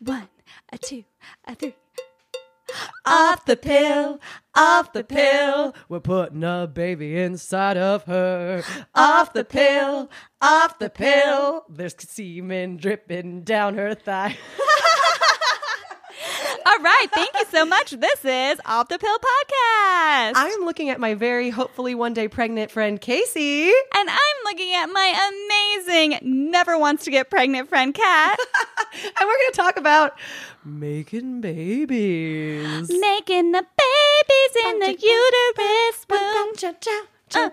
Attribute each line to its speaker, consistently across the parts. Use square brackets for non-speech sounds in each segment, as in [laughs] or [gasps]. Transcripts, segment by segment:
Speaker 1: One, a two, a three.
Speaker 2: Off the pill, off the pill. We're putting a baby inside of her. Off the pill, off the pill. There's semen dripping down her thigh.
Speaker 1: All right. Thank you so much. This is Off the Pill Podcast.
Speaker 2: I'm looking at my very hopefully one day pregnant friend Casey.
Speaker 1: and I'm looking at my amazing, never wants to get pregnant friend, Kat.
Speaker 2: And we're going to talk about making babies.
Speaker 1: [laughs] Making the babies in the uterus womb.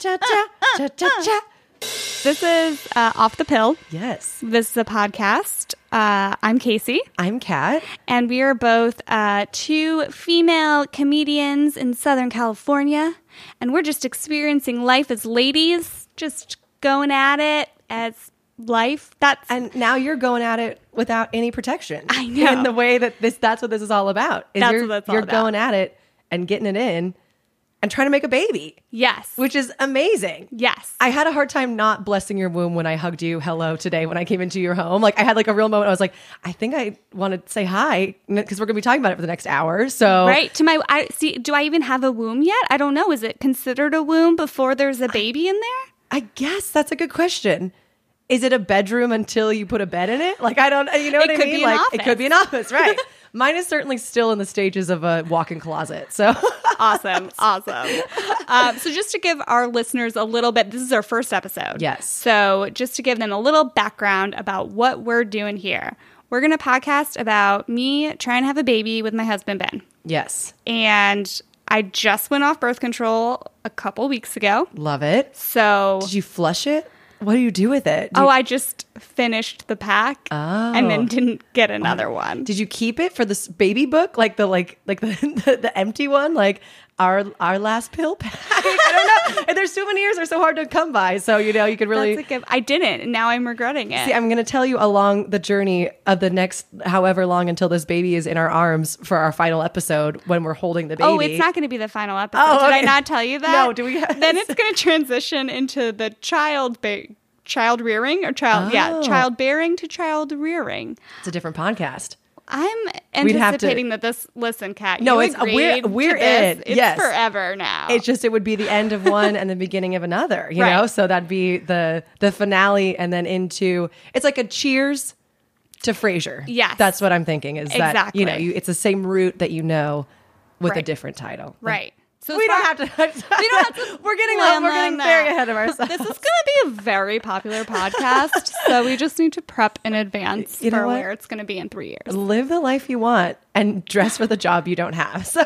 Speaker 1: This is uh, Off the Pill.
Speaker 2: Yes.
Speaker 1: This is a podcast. Uh, I'm Casey,
Speaker 2: I'm Kat.
Speaker 1: and we are both uh, two female comedians in Southern California, and we're just experiencing life as ladies, just going at it as life. Uh, That's
Speaker 2: And now you're going at it without any protection.
Speaker 1: I know.
Speaker 2: [laughs] In the way that this that's what this is all about. is
Speaker 1: That's
Speaker 2: you're,
Speaker 1: what that's all
Speaker 2: You're
Speaker 1: about.
Speaker 2: going at it and getting it in and trying to make a baby,
Speaker 1: yes,
Speaker 2: which is amazing.
Speaker 1: yes.
Speaker 2: I had a hard time not blessing your womb when I hugged you hello today when I came into your home. Like I had like a real moment. I was like, I think I want to say hi because we're going to be talking about it for the next hour. So
Speaker 1: Right to my, I see. Do I even have a womb yet? I don't know. Is it considered a womb before there's a baby in there?
Speaker 2: I guess that's a good question. Is it a bedroom until you put a bed in it? Like I don't, you know what
Speaker 1: It
Speaker 2: I
Speaker 1: could
Speaker 2: mean?
Speaker 1: be an
Speaker 2: like it
Speaker 1: office.
Speaker 2: could be an
Speaker 1: [laughs]
Speaker 2: office, right? Mine is certainly still in the stages of a walk-in closet. So [laughs]
Speaker 1: awesome awesome um, so just to give our listeners a little bit this is our first episode
Speaker 2: Yes.
Speaker 1: so just to give them a little background about what we're doing here we're going to podcast about me trying to have a baby with my husband ben
Speaker 2: yes,
Speaker 1: and i just went off birth control a couple weeks ago
Speaker 2: love it.
Speaker 1: so
Speaker 2: Did you flush it? What do you do with it? Do
Speaker 1: oh
Speaker 2: you-
Speaker 1: i just finished the pack and then didn't get another one
Speaker 2: Oh. did you keep it for this baby book, like the like like the [laughs] the, the empty one, like our our last pill pack? [laughs] I don't know. And their souvenirs are so hard to come by. So you know you could really
Speaker 1: That's a good, I didn't, and now I'm regretting it.
Speaker 2: See, I'm going to tell you along the journey of the next however long until this baby is in our arms for our final episode when we're holding the baby.
Speaker 1: Oh, it's not going to be the final episode.
Speaker 2: Oh,
Speaker 1: Did I
Speaker 2: okay.
Speaker 1: not tell you that?
Speaker 2: No, do
Speaker 1: [laughs]
Speaker 2: we-
Speaker 1: then it's going to transition into the child ba- child rearing or child yeah
Speaker 2: Oh.
Speaker 1: child bearing to child rearing.
Speaker 2: It's a different podcast.
Speaker 1: I'm
Speaker 2: We'd have to-
Speaker 1: anticipating that this listen, Kat.
Speaker 2: No,
Speaker 1: you
Speaker 2: it's- uh, we're-
Speaker 1: agreed to
Speaker 2: we're
Speaker 1: this.
Speaker 2: in.
Speaker 1: It's
Speaker 2: Yes.
Speaker 1: forever now.
Speaker 2: It's just it would be the end [laughs] of one and the beginning of another, you
Speaker 1: Right.
Speaker 2: know? So that'd be the the finale and then into it's like a cheers to Frasier.
Speaker 1: Yes.
Speaker 2: That's what I'm thinking is that you know,
Speaker 1: Exactly.
Speaker 2: you, it's the same route that you know with a
Speaker 1: Right.
Speaker 2: different [laughs] title.
Speaker 1: right. So
Speaker 2: We
Speaker 1: as
Speaker 2: don't
Speaker 1: far-
Speaker 2: have to.
Speaker 1: [laughs]
Speaker 2: [laughs] we
Speaker 1: don't have to
Speaker 2: We're getting
Speaker 1: plan
Speaker 2: we're
Speaker 1: on
Speaker 2: getting
Speaker 1: that.
Speaker 2: very ahead of ourselves.
Speaker 1: [laughs] This is going to be a very popular
Speaker 2: [laughs]
Speaker 1: podcast, so we just need to prep in advance
Speaker 2: You know
Speaker 1: for
Speaker 2: what?
Speaker 1: where it's going to be in three years.
Speaker 2: live the life you want and dress for the job you don't have. [laughs] So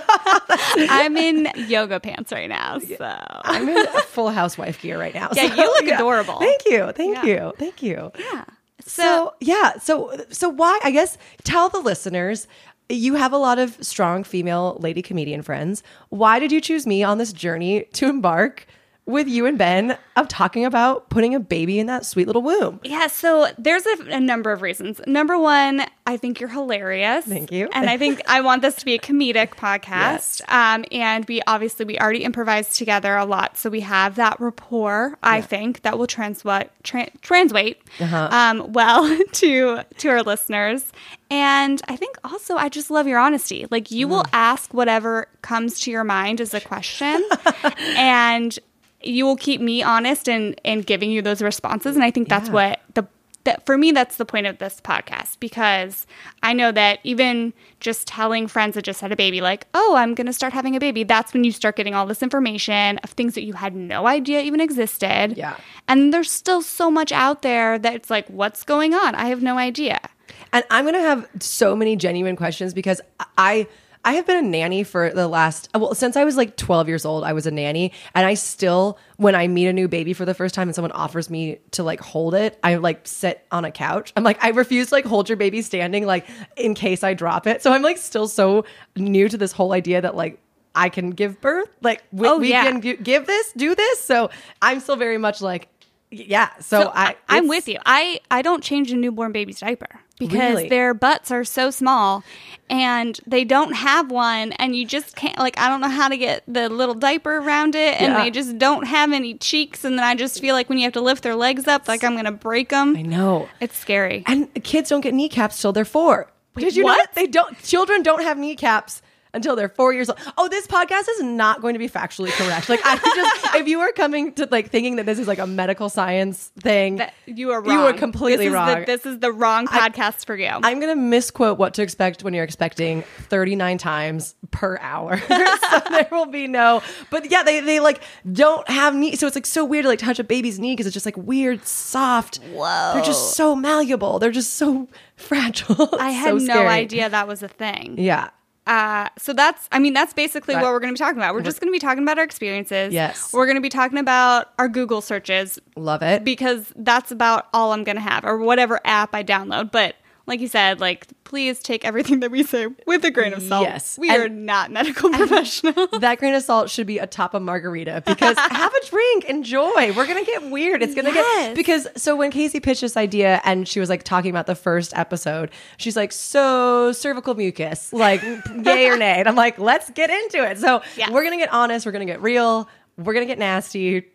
Speaker 1: I'm in yoga pants right now, so
Speaker 2: I'm in full housewife gear right now.
Speaker 1: Yeah,
Speaker 2: so,
Speaker 1: you look adorable.
Speaker 2: Thank you. Thank
Speaker 1: Yeah.
Speaker 2: you. Thank you.
Speaker 1: yeah.
Speaker 2: So, yeah, so so why I guess tell the listeners you have a lot of strong female lady comedian friends. Why did you choose me on this journey to embark with you and Ben of talking about putting a baby in that sweet little womb?
Speaker 1: Yeah, so there's a, a number of reasons. Number one, I think you're hilarious.
Speaker 2: Thank you.
Speaker 1: And I think I want this to be a comedic
Speaker 2: [laughs]
Speaker 1: podcast.
Speaker 2: Yes.
Speaker 1: Um, and we obviously we already improvised together a lot, so we have that rapport. I think that will transwa- tran translate
Speaker 2: Uh-huh.
Speaker 1: um, well [laughs] to to our listeners. And I think also I just love your honesty. Like you
Speaker 2: Mm.
Speaker 1: will ask whatever comes to your mind as a
Speaker 2: [laughs]
Speaker 1: question, and you will keep me honest and and giving you those responses and i think that's
Speaker 2: Yeah.
Speaker 1: what the that for me that's the point of this podcast because i know that even just telling friends that just had a baby like oh i'm going to start having a baby that's when you start getting all this information of things that you had no idea even existed
Speaker 2: Yeah.
Speaker 1: and there's still so much out there that it's like what's going on i have no idea
Speaker 2: And I'm going to have so many genuine questions because I I have been a nanny for the last well since I was like 12 years old I was a nanny and I still when I meet a new baby for the first time and someone offers me to like hold it I like sit on a couch I'm like I refuse to like hold your baby standing like in case I drop it so I'm like still so new to this whole idea that like I can give birth like we,
Speaker 1: Oh,
Speaker 2: we
Speaker 1: yeah.
Speaker 2: can gi- give this do this so I'm still very much like y- yeah so, I
Speaker 1: I'm
Speaker 2: it's-
Speaker 1: with you. I, I don't change a newborn baby's diaper because
Speaker 2: Really?
Speaker 1: their butts are so small and they don't have one and you just can't like I don't know how to get the little diaper around it and
Speaker 2: Yeah.
Speaker 1: they just don't have any cheeks and then I just feel like when you have to lift their legs up like I'm going to break them.
Speaker 2: I know
Speaker 1: It's scary.
Speaker 2: And kids don't get kneecaps till they're four. Did you know
Speaker 1: what?
Speaker 2: that they don't children don't have kneecaps until they're four years old? Oh, this podcast is not going to be factually correct. Like I
Speaker 1: [laughs]
Speaker 2: just if you are coming to like thinking that this is like a medical science thing,
Speaker 1: That- Uh, you are wrong.
Speaker 2: You were completely
Speaker 1: this is
Speaker 2: wrong.
Speaker 1: The, this is the wrong podcast for you.
Speaker 2: I'm gonna misquote what to expect when you're expecting 39 times per hour. [laughs] so there will be no. But yeah, they they like don't have knee, so it's like so weird to like touch a baby's knee because it's just like weird, soft.
Speaker 1: Whoa.
Speaker 2: They're just so malleable. They're just so [laughs] fragile.
Speaker 1: I
Speaker 2: It's
Speaker 1: had
Speaker 2: so
Speaker 1: no
Speaker 2: scary.
Speaker 1: idea that was a thing.
Speaker 2: Yeah.
Speaker 1: Uh, so that's, I mean, that's basically
Speaker 2: Right.
Speaker 1: what we're going to be talking about. We're just going to be talking about our experiences.
Speaker 2: Yes.
Speaker 1: We're going to be talking about our Google searches
Speaker 2: Love it.
Speaker 1: because that's about all I'm going to have or whatever app I download. But like you said, like, please take everything that we say with a grain of salt.
Speaker 2: Yes.
Speaker 1: We
Speaker 2: And-
Speaker 1: are not [laughs] medical professionals.
Speaker 2: that grain of salt should be atop a margarita
Speaker 1: [laughs]
Speaker 2: because have a drink, enjoy. We're gonna get weird. It's gonna
Speaker 1: Yes.
Speaker 2: get because so when Casey pitched this idea and she was like talking about the first episode, she's like, "So cervical
Speaker 1: [laughs]
Speaker 2: mucus, like yay or nay?" And I'm like, "Let's get into it." So
Speaker 1: Yeah.
Speaker 2: we're gonna get honest. We're gonna get real. We're gonna get nasty.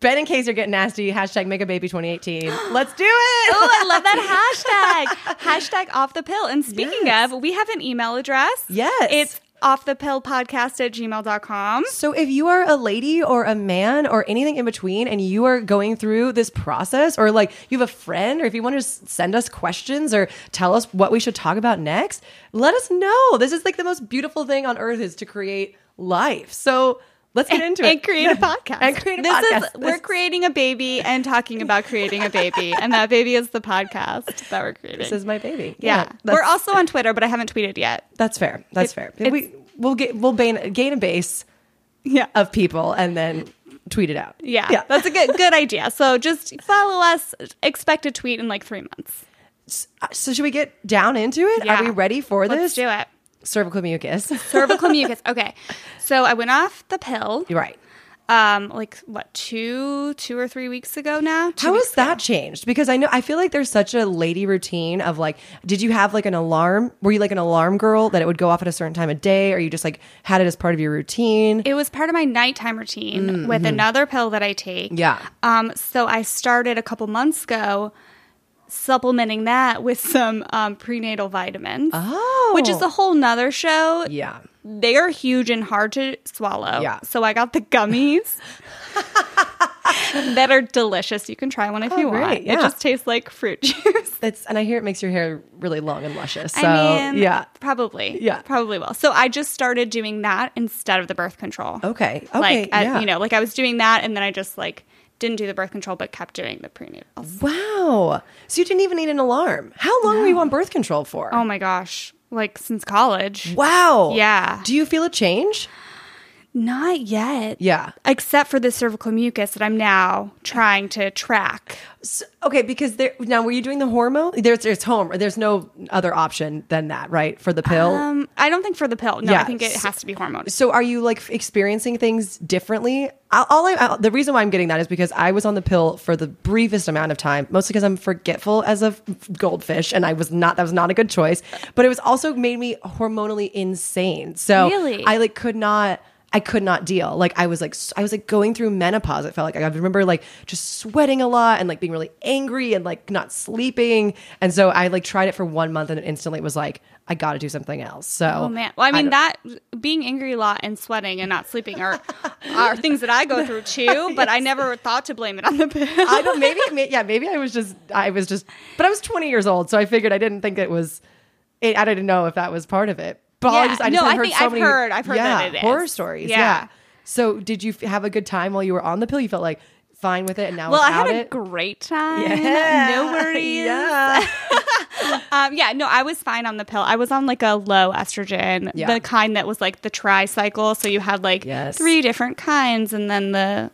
Speaker 2: Ben and Casey are getting nasty. Hashtag make a baby 2018. Let's do it.
Speaker 1: Oh, I love that hashtag. hashtag off the pill. And speaking
Speaker 2: Yes.
Speaker 1: of, we have an email address.
Speaker 2: Yes.
Speaker 1: It's off the pill podcast at gmail.com.
Speaker 2: So, if you are a lady or a man or anything in between and you are going through this process, or like you have a friend, or if you want to s- send us questions or tell us what we should talk about next, let us know. This is like the most beautiful thing on earth is to create life. So, let's get into
Speaker 1: And
Speaker 2: it.
Speaker 1: create a podcast.
Speaker 2: [laughs] And create a
Speaker 1: this
Speaker 2: podcast.
Speaker 1: Is,
Speaker 2: This
Speaker 1: we're
Speaker 2: is-
Speaker 1: creating a baby and talking about creating a baby. and that baby is the podcast that we're creating.
Speaker 2: This is my baby.
Speaker 1: yeah.
Speaker 2: that's,
Speaker 1: we're also on Twitter, but I haven't tweeted yet.
Speaker 2: that's fair. That's
Speaker 1: It-
Speaker 2: fair.
Speaker 1: it's-
Speaker 2: We, we'll get we'll gain, gain a base
Speaker 1: Yeah.
Speaker 2: of people and then tweet it out.
Speaker 1: yeah. That's a good good idea. So just follow us. Expect a tweet in like three months.
Speaker 2: uh, so should we get down into it?
Speaker 1: Yeah.
Speaker 2: Are we ready for
Speaker 1: Let's
Speaker 2: this?
Speaker 1: do it.
Speaker 2: Cervical
Speaker 1: [laughs]
Speaker 2: mucus. [laughs]
Speaker 1: Cervical mucus. Okay. So I went off the pill.
Speaker 2: You're right.
Speaker 1: um like what two two or three weeks ago now Two
Speaker 2: How
Speaker 1: weeks-
Speaker 2: has that changed? Because I know I feel like there's such a lady routine of like, did you have like an alarm? Were you like an alarm girl that it would go off at a certain time of day, or you just like had it as part of your routine?
Speaker 1: it was part of my nighttime routine with another pill that i take
Speaker 2: Mm, mm-hmm. Yeah.
Speaker 1: um so i started a couple months ago supplementing that with some um, prenatal vitamins
Speaker 2: Oh.
Speaker 1: which is a whole nother show
Speaker 2: yeah.
Speaker 1: they are huge and hard to swallow
Speaker 2: Yeah.
Speaker 1: so i got the gummies that are delicious you can try one if you
Speaker 2: Oh, great,
Speaker 1: want it
Speaker 2: yeah.
Speaker 1: just tastes like fruit [laughs] juice
Speaker 2: That's and I hear it makes your hair really long and luscious. So
Speaker 1: I mean,
Speaker 2: yeah.
Speaker 1: probably,
Speaker 2: Yeah.
Speaker 1: probably will. So I just started doing that instead of the birth control.
Speaker 2: Okay. Okay.
Speaker 1: like I-
Speaker 2: yeah.
Speaker 1: you know, like I was doing that, and then I just like didn't do the birth control, but kept doing the prenatal.
Speaker 2: Oh Wow. So you didn't even need an alarm. How long were you on birth control for?
Speaker 1: Oh my gosh, like since college,
Speaker 2: Wow.
Speaker 1: Yeah.
Speaker 2: Do you feel a change?
Speaker 1: not yet.
Speaker 2: Yeah.
Speaker 1: except for the cervical mucus that I'm now trying to track.
Speaker 2: So, okay, because there now were you doing the hormone? There's there's home. There's no other option than that, right? For the pill.
Speaker 1: Um, I don't think for the pill. No, I
Speaker 2: Yeah,
Speaker 1: think it
Speaker 2: so-
Speaker 1: has to be hormones.
Speaker 2: so are you like experiencing things differently? I- All I, I, the reason why I'm getting that is because I was on the pill for the briefest amount of time, mostly because I'm forgetful as a f- goldfish, and I was not. That was not a good choice. But it was also made me hormonally insane. So
Speaker 1: Really?
Speaker 2: I like could not. I could not deal. Like I was like s- I was like going through menopause. It felt like I remember like just sweating a lot and like being really angry and like not sleeping. And so I like tried it for one month and it instantly was like I got to do something else. So
Speaker 1: Oh man. Well, I mean
Speaker 2: don't-
Speaker 1: that being angry a lot and sweating and not sleeping are are things that I go through
Speaker 2: [laughs]
Speaker 1: too, but I never thought to blame it on the pill.
Speaker 2: I don't. Maybe. may- Yeah. Maybe I was just. I was just. But I was 20 years old, so I figured I didn't think it was. It, I didn't know if that was part of it. But all I
Speaker 1: Yeah,
Speaker 2: just, I
Speaker 1: no,
Speaker 2: just had
Speaker 1: I
Speaker 2: heard
Speaker 1: think
Speaker 2: so
Speaker 1: I've
Speaker 2: many,
Speaker 1: heard- I've heard
Speaker 2: yeah,
Speaker 1: that it is.
Speaker 2: horror stories.
Speaker 1: Yeah.
Speaker 2: Yeah. So did you f- have a good time while you were on the pill? You felt like fine with it, and now
Speaker 1: Well, I
Speaker 2: without
Speaker 1: had a
Speaker 2: it.
Speaker 1: great time.
Speaker 2: [laughs] Yeah.
Speaker 1: No worries.
Speaker 2: Yeah.
Speaker 1: Um, yeah, no, I was fine on the pill. I was on like a low estrogen,
Speaker 2: Yeah.
Speaker 1: the kind that was like the tricycle. So you had like
Speaker 2: Yes.
Speaker 1: three different kinds and then the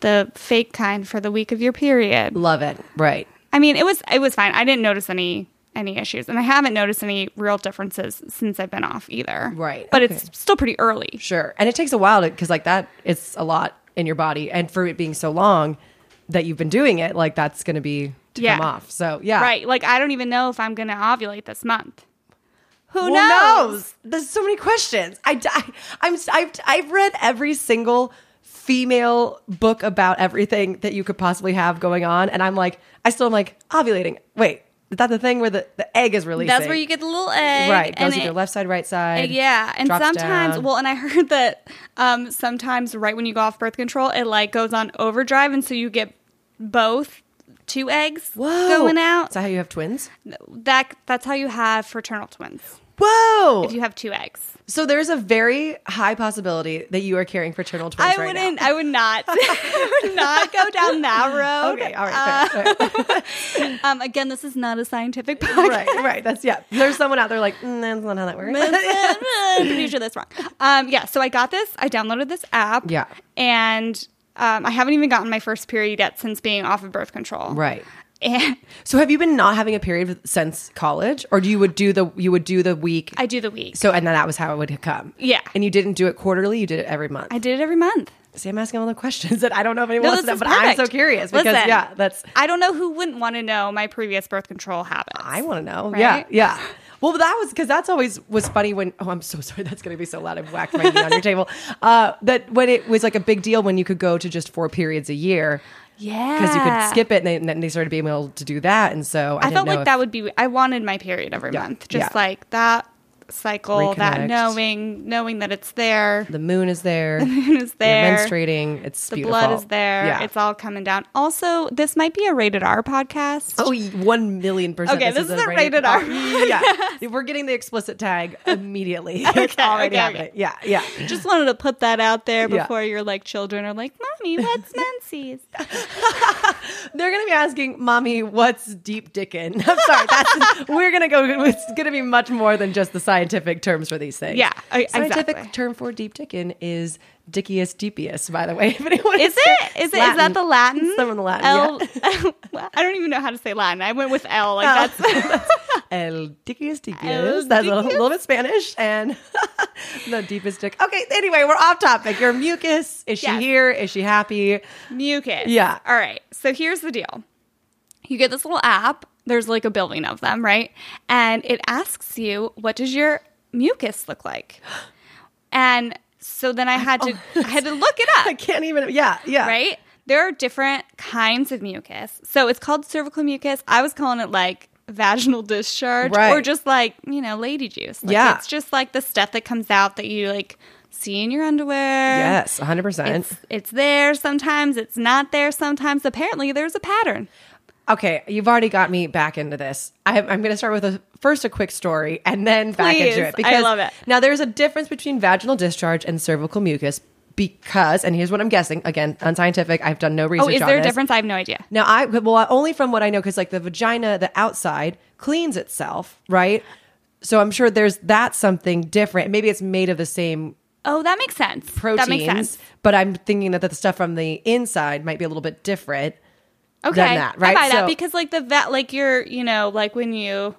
Speaker 1: the fake kind for the week of your period.
Speaker 2: Love it. Right.
Speaker 1: I mean, it was it was fine. I didn't notice any any issues. And I haven't noticed any real differences since I've been off either.
Speaker 2: Right,
Speaker 1: But
Speaker 2: okay.
Speaker 1: it's still pretty early.
Speaker 2: Sure. And it takes a while to because like that, it's a lot in your body, and for it being so long that you've been doing it, like that's going to be to
Speaker 1: Yeah.
Speaker 2: come off. So yeah.
Speaker 1: Right. Like I don't even know if I'm gonna ovulate this month. Who
Speaker 2: Who
Speaker 1: knows?
Speaker 2: knows? There's so many questions. I, I, am I've, I've read every single female book about everything that you could possibly have going on, and I'm like, I still am like ovulating. Wait, Is that the thing where the, the egg is releasing?
Speaker 1: That's where you get the little egg.
Speaker 2: right goes
Speaker 1: and
Speaker 2: either
Speaker 1: it-
Speaker 2: left side, right side.
Speaker 1: Yeah, and
Speaker 2: drops
Speaker 1: sometimes,
Speaker 2: down.
Speaker 1: well, and I [laughs] heard that um, sometimes right when you go off birth control, it like goes on overdrive, and so you get both two eggs
Speaker 2: Whoa.
Speaker 1: going out.
Speaker 2: Is that how you have twins?
Speaker 1: That that's how you have fraternal twins.
Speaker 2: Whoa!
Speaker 1: If you have two eggs,
Speaker 2: so there's a very high possibility that you are carrying fraternal twins.
Speaker 1: I
Speaker 2: right now.
Speaker 1: wouldn't. I would not. [laughs] I would not go down that Uh, road.
Speaker 2: [laughs] Okay, all right,
Speaker 1: [laughs]
Speaker 2: fair, fair.
Speaker 1: Um, again, this is not a scientific podcast.
Speaker 2: [laughs] right, right. That's yeah. There's someone out there like mm, that's not how that works.
Speaker 1: I'm pretty sure that's wrong. Um, yeah, so I got this. I downloaded this app.
Speaker 2: Yeah.
Speaker 1: And um, I haven't even gotten my first period yet since being off of birth control.
Speaker 2: right.
Speaker 1: And
Speaker 2: So have you been not having a period since college, or do you would do the you would do the week?
Speaker 1: I do the week.
Speaker 2: so and then that was how it would come.
Speaker 1: Yeah.
Speaker 2: And you didn't do it quarterly. You did it every month.
Speaker 1: I did it every month.
Speaker 2: See, I'm asking all the questions [laughs] that I don't know if anyone wants to know,
Speaker 1: is
Speaker 2: but I'm
Speaker 1: perfect.
Speaker 2: so curious because
Speaker 1: Listen,
Speaker 2: yeah, that's
Speaker 1: I don't know who wouldn't want to know my previous birth control habits.
Speaker 2: I want to know.
Speaker 1: Right?
Speaker 2: Yeah, yeah. Well, that was because that's always was funny when. Oh, I'm so [laughs] sorry. That's going to be so loud. I've whacked my knee on
Speaker 1: [laughs]
Speaker 2: your table. Uh, that when it was like a big deal when you could go to just four periods a year
Speaker 1: yeah.
Speaker 2: because you could skip it, and, they, and then they started being able to do that. And so I,
Speaker 1: I
Speaker 2: didn't
Speaker 1: felt
Speaker 2: know
Speaker 1: like
Speaker 2: if-
Speaker 1: that would be. I wanted my period every
Speaker 2: Yeah,
Speaker 1: month, just
Speaker 2: yeah.
Speaker 1: like that cycle, that
Speaker 2: Reconnect.
Speaker 1: knowing, knowing that it's there,
Speaker 2: the moon is
Speaker 1: [laughs]
Speaker 2: there.
Speaker 1: it's there.
Speaker 2: You're menstruating. It's
Speaker 1: The
Speaker 2: beautiful.
Speaker 1: blood is there.
Speaker 2: Yeah.
Speaker 1: It's all coming down. Also, this might be a rated R podcast.
Speaker 2: Oh, y- one million percent.
Speaker 1: Okay, this is a rated R [laughs]
Speaker 2: [laughs] Yeah, we're getting the explicit tag immediately. it's
Speaker 1: Okay,
Speaker 2: already
Speaker 1: okay,
Speaker 2: happening.
Speaker 1: okay.
Speaker 2: Yeah, yeah.
Speaker 1: Just wanted to put that out there
Speaker 2: [laughs] Yeah.
Speaker 1: before your like children are like, "Mommy, what's menses?"
Speaker 2: They're gonna be asking, "Mommy, what's deep dickin'?" [laughs] I'm sorry. That's we're gonna go. It's gonna be much more than just the scientific terms for these things.
Speaker 1: Yeah, I-
Speaker 2: scientific
Speaker 1: exactly.
Speaker 2: term for deep dickin is dickiest deepiest. By the way, if anyone
Speaker 1: Is it? Is it? Is that the Latin?
Speaker 2: It's some of the Latin,
Speaker 1: L-
Speaker 2: [laughs]
Speaker 1: Oh. I don't even know how to say Latin. I went with L. Like
Speaker 2: L.
Speaker 1: that's
Speaker 2: El dickiest
Speaker 1: El
Speaker 2: deepiest. That's a little,
Speaker 1: dickiest.
Speaker 2: little bit Spanish and [laughs] the deepest dick. Okay, anyway, we're off topic. Your mucus. Is she
Speaker 1: Yes.
Speaker 2: here? Is she happy?
Speaker 1: mucus.
Speaker 2: Yeah.
Speaker 1: All right. So here's the deal. You get this little app. There's like a billion of them, right? And it asks you, "What does your mucus look like?" [gasps] And so then I had to
Speaker 2: oh,
Speaker 1: I had
Speaker 2: [laughs]
Speaker 1: to look it up.
Speaker 2: [laughs] I can't even. Yeah, yeah.
Speaker 1: right? There are different kinds of mucus. So it's called cervical mucus. I was calling it like vaginal discharge or
Speaker 2: Right.
Speaker 1: just like, you know, lady juice. Like,
Speaker 2: Yeah.
Speaker 1: It's just like the stuff that comes out that you like see in your underwear.
Speaker 2: Yes, 100%.
Speaker 1: It's, it's there sometimes, it's not there sometimes. Apparently, there's a pattern.
Speaker 2: Okay, you've already got me back into this. I have, I'm going to start with a, first a quick story and then back
Speaker 1: Please,
Speaker 2: into it
Speaker 1: I love it.
Speaker 2: now there's a difference between vaginal discharge and cervical mucus because, and here's what I'm guessing again, unscientific. I've done no research.
Speaker 1: Oh, is
Speaker 2: on
Speaker 1: there a
Speaker 2: this.
Speaker 1: difference? I have no idea.
Speaker 2: Now I well only from what I know because like the vagina, the outside cleans itself, right? So I'm sure there's that's something different. Maybe it's made of the same
Speaker 1: Oh, that makes sense.
Speaker 2: proteins,
Speaker 1: That makes sense.
Speaker 2: but I'm thinking that the stuff from the inside might be a little bit different.
Speaker 1: Okay.
Speaker 2: that, right?
Speaker 1: I buy that
Speaker 2: So-
Speaker 1: because like the vet like you're, you know, like when you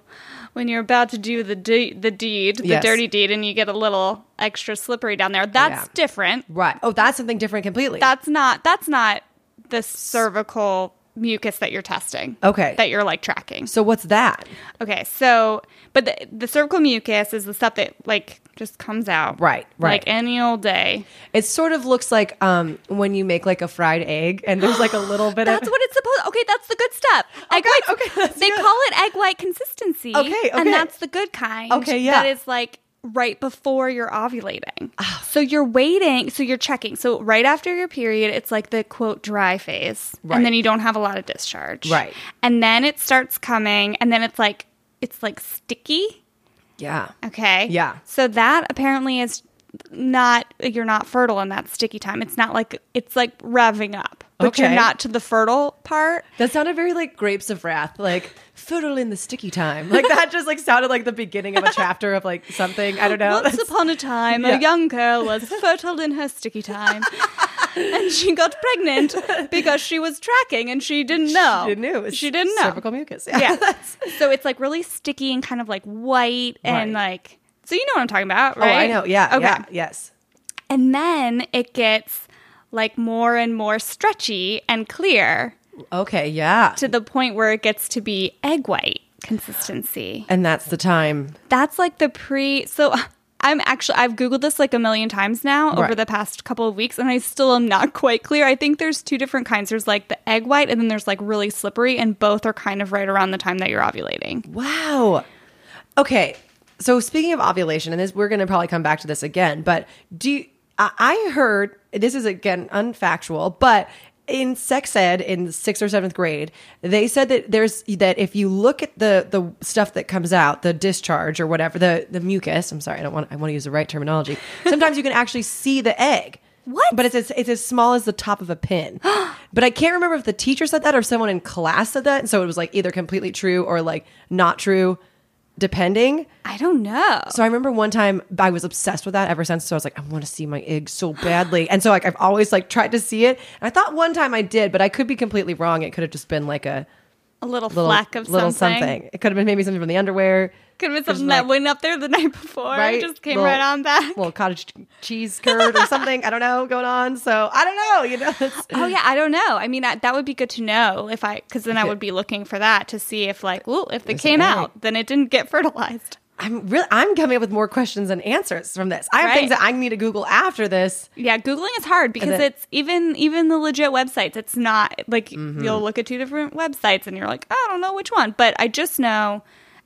Speaker 1: when you're about to do the de- the deed, the
Speaker 2: Yes.
Speaker 1: dirty deed and you get a little extra slippery down there. That's
Speaker 2: Yeah.
Speaker 1: different.
Speaker 2: Right. Oh, that's something different completely.
Speaker 1: That's not that's not the cervical mucus that you're testing.
Speaker 2: Okay.
Speaker 1: That you're like tracking.
Speaker 2: so what's that?
Speaker 1: Okay. So, but the, the cervical mucus is the stuff that like just comes out.
Speaker 2: Right, right.
Speaker 1: Like any old day.
Speaker 2: It sort of looks like um, when you make like a fried egg and there's like
Speaker 1: [gasps]
Speaker 2: a little bit
Speaker 1: That's
Speaker 2: of
Speaker 1: what it's supposed. Okay, that's the good stuff. Egg white.
Speaker 2: okay, that's
Speaker 1: they
Speaker 2: Oh, good.
Speaker 1: call it egg white consistency.
Speaker 2: Okay,
Speaker 1: and
Speaker 2: okay.
Speaker 1: that's the good kind.
Speaker 2: Okay, yeah.
Speaker 1: That is like right before you're ovulating.
Speaker 2: Oh.
Speaker 1: so you're waiting. So you're checking. So right after your period, it's like the quote dry phase,
Speaker 2: Right.
Speaker 1: and then you don't have a lot of discharge.
Speaker 2: Right.
Speaker 1: And then it starts coming, and then it's like it's like sticky.
Speaker 2: [laughs] Yeah.
Speaker 1: Okay.
Speaker 2: Yeah.
Speaker 1: So that apparently is not you're not fertile in that sticky time. It's not like it's like revving up. But you're
Speaker 2: Okay.
Speaker 1: not to the fertile
Speaker 2: [laughs]
Speaker 1: part.
Speaker 2: That sounded very like Grapes of Wrath, like fertile in the sticky time. Like that just like sounded like the beginning of a chapter of like something. I
Speaker 1: [laughs]
Speaker 2: don't know.
Speaker 1: Once upon a time,
Speaker 2: Yeah.
Speaker 1: a young girl was fertile in her sticky
Speaker 2: [laughs]
Speaker 1: time. and she got pregnant because she was tracking and she didn't know.
Speaker 2: She didn't know. It's
Speaker 1: She didn't know.
Speaker 2: Cervical [laughs] mucus.
Speaker 1: Yeah.
Speaker 2: That's-
Speaker 1: so it's like really sticky and kind of like white and
Speaker 2: Right.
Speaker 1: like. So you know what I'm talking about,
Speaker 2: Oh,
Speaker 1: right?
Speaker 2: I know. Yeah.
Speaker 1: Okay.
Speaker 2: Yeah. Yes.
Speaker 1: And then it gets like more and more stretchy and clear
Speaker 2: Okay. Yeah.
Speaker 1: to the point where it gets to be egg white consistency.
Speaker 2: And that's the time.
Speaker 1: That's like the pre. So [laughs] I'm actually I've googled this like a million times now over
Speaker 2: Right.
Speaker 1: the past couple of weeks, and I still am not [laughs] quite clear. I think there's two different kinds. There's like the egg white, and then there's like really slippery, and both are kind of right around the time that you're ovulating.
Speaker 2: Wow. Okay. So speaking of ovulation, and this we're going to probably come back to this again, but do you, I, I heard this is again unfactual, but in sex ed in sixth or seventh grade, they said that there's that if you look at the the stuff that comes out, the discharge or whatever, the the mucus. I'm sorry, I don't want I want to use the right terminology. Sometimes you can actually see the egg.
Speaker 1: What?
Speaker 2: But it's as, it's as small as the top of a pin. but I can't remember if the teacher said that or if someone in class said that. And so it was like either completely true or like not true, depending.
Speaker 1: I don't know.
Speaker 2: So I remember one time I was obsessed with that ever since. So I was like, I want to see my egg so badly. And so like I've always like tried to see it. And I thought one time I did, but I could be completely wrong. It could have just been like a
Speaker 1: a little,
Speaker 2: little,
Speaker 1: flack of
Speaker 2: little
Speaker 1: something.
Speaker 2: something. It could have been maybe something from the underwear.
Speaker 1: Could have been
Speaker 2: Just
Speaker 1: something that
Speaker 2: like-
Speaker 1: went up there the [laughs] night before.
Speaker 2: right?
Speaker 1: and Just came
Speaker 2: Little-
Speaker 1: right on back.
Speaker 2: Little cottage cheese curd or something. I don't know going on. So I don't know. You know. It's-
Speaker 1: Oh yeah, I don't know. I mean, I, that would be good to know if I, because then I would be looking for that to see if, like, ooh, if it
Speaker 2: an
Speaker 1: came
Speaker 2: egg.
Speaker 1: out, then it didn't get fertilized.
Speaker 2: I'm really I'm coming up with more questions than answers from this. I have
Speaker 1: Right.
Speaker 2: things that I need to Google after this.
Speaker 1: Yeah, googling is hard because
Speaker 2: then-
Speaker 1: it's even even the legit websites. It's not like you'll look at two different websites and you're like, "Oh, I don't know which one. But I just know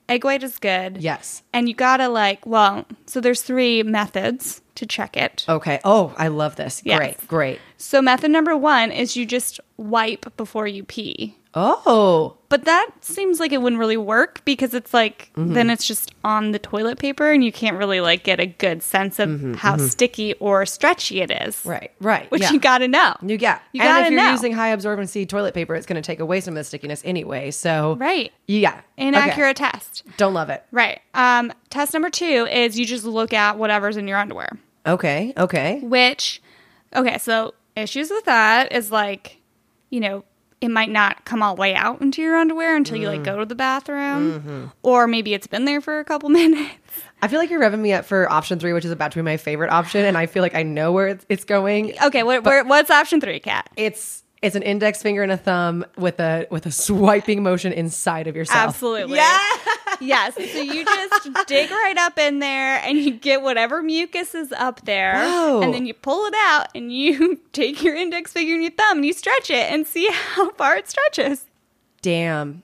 Speaker 1: egg white is good.
Speaker 2: Yes.
Speaker 1: and you gotta like, well, so there's three methods to check it.
Speaker 2: Okay. Oh, I love this.
Speaker 1: Yes.
Speaker 2: Great. Great.
Speaker 1: So method number one is you just wipe before you pee.
Speaker 2: Oh.
Speaker 1: But that seems like it wouldn't really work because it's like
Speaker 2: Mm-hmm.
Speaker 1: then it's just on the toilet paper and you can't really like get a good sense of how sticky or stretchy it is.
Speaker 2: Mm-hmm, Right.
Speaker 1: [laughs]
Speaker 2: Right.
Speaker 1: Which
Speaker 2: yeah.
Speaker 1: you gotta know.
Speaker 2: You got.
Speaker 1: You
Speaker 2: and
Speaker 1: gotta
Speaker 2: if you're
Speaker 1: know.
Speaker 2: using high absorbency toilet paper, it's going to take away some of the stickiness anyway. So
Speaker 1: Right.
Speaker 2: Yeah. Okay.
Speaker 1: Inaccurate test.
Speaker 2: Don't love it.
Speaker 1: Right. Um, test number two is you just look at whatever's in your underwear.
Speaker 2: Okay. Okay.
Speaker 1: Which, okay, so issues with that is like, you know, it might not come all the way out into your underwear until you
Speaker 2: Mm.
Speaker 1: like go to the bathroom,
Speaker 2: Mm-hmm.
Speaker 1: or maybe it's been there for a couple [laughs] minutes.
Speaker 2: I feel like you're revving me up for option three, which is about to be my favorite option, and I feel like I know where it's, it's going.
Speaker 1: Okay, what, where, what's option three, Kat?
Speaker 2: It's it's an index finger and a thumb with a with a swiping motion inside of yourself.
Speaker 1: Absolutely.
Speaker 2: Yeah.
Speaker 1: [laughs] yes. So you just dig right up in there and you get whatever mucus is up there.
Speaker 2: Wow.
Speaker 1: And then you pull it out and you [laughs] take your index finger and your thumb and you stretch it and see [laughs] how far it stretches.
Speaker 2: Damn.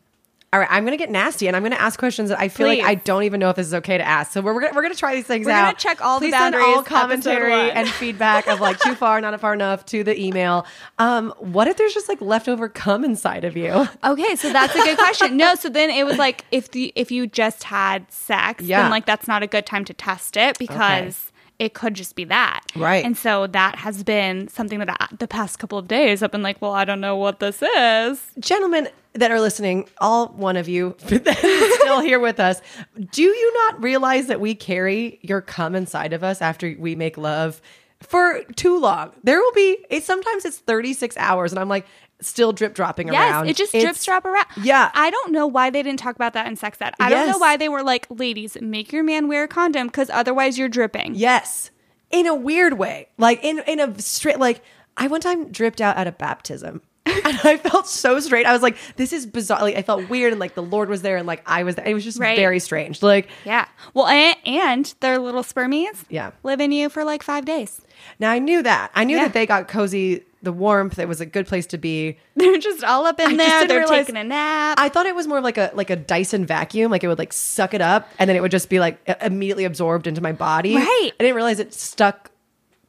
Speaker 2: All right, I'm gonna get nasty and I'm gonna ask questions that I feel
Speaker 1: Please.
Speaker 2: like I don't even know if this is okay to ask. So we're, we're, gonna, we're gonna try these things
Speaker 1: We're gonna
Speaker 2: out.
Speaker 1: check all the
Speaker 2: Please send
Speaker 1: boundaries,
Speaker 2: all
Speaker 1: episode
Speaker 2: commentary
Speaker 1: one. [laughs]
Speaker 2: and feedback of like too far, not far enough to the email. Um, what if there's just like leftover cum inside of you?
Speaker 1: Okay, so that's a good question. No, so then it was like if the if you just had sex,
Speaker 2: Yeah.
Speaker 1: then like that's not a good time to test it because it could just be that.
Speaker 2: Right.
Speaker 1: And so that has been something that I, the past couple of days I've been like, well, I don't know what this is.
Speaker 2: Gentlemen that are listening, all one of you [laughs] that's still here with us, do you not realize that we carry your cum inside of us after we make love for too long? There will be it's sometimes it's 36 hours, and I'm like still drip dropping
Speaker 1: Yes,
Speaker 2: around.
Speaker 1: it just
Speaker 2: It's-
Speaker 1: drips drop around.
Speaker 2: Yeah.
Speaker 1: I don't know why they didn't talk about that in sex ed. I don't know
Speaker 2: Yes.
Speaker 1: why they were like, ladies, make your man wear a condom because otherwise you're dripping.
Speaker 2: Yes. In a weird way. Like in in a straight like I one time dripped out at a baptism. [laughs] And I felt so straight. I was like, this is bizarre. Like I felt weird and like the Lord was there and like I was there. It was just
Speaker 1: Right.
Speaker 2: very strange. Like
Speaker 1: Yeah. Well, and, and their little spermies
Speaker 2: Yeah.
Speaker 1: live in you for like five days. [laughs]
Speaker 2: now I knew that. I knew
Speaker 1: Yeah.
Speaker 2: that they got cozy, the warmth, it was a good place to be.
Speaker 1: They're just all up in
Speaker 2: I just
Speaker 1: there.
Speaker 2: didn't
Speaker 1: They're
Speaker 2: realize-
Speaker 1: taking a nap.
Speaker 2: [laughs] I thought it was more of like a like a Dyson vacuum, like it would like suck it up and then it would just be like i- immediately absorbed into my body.
Speaker 1: Right.
Speaker 2: I didn't realize it stuck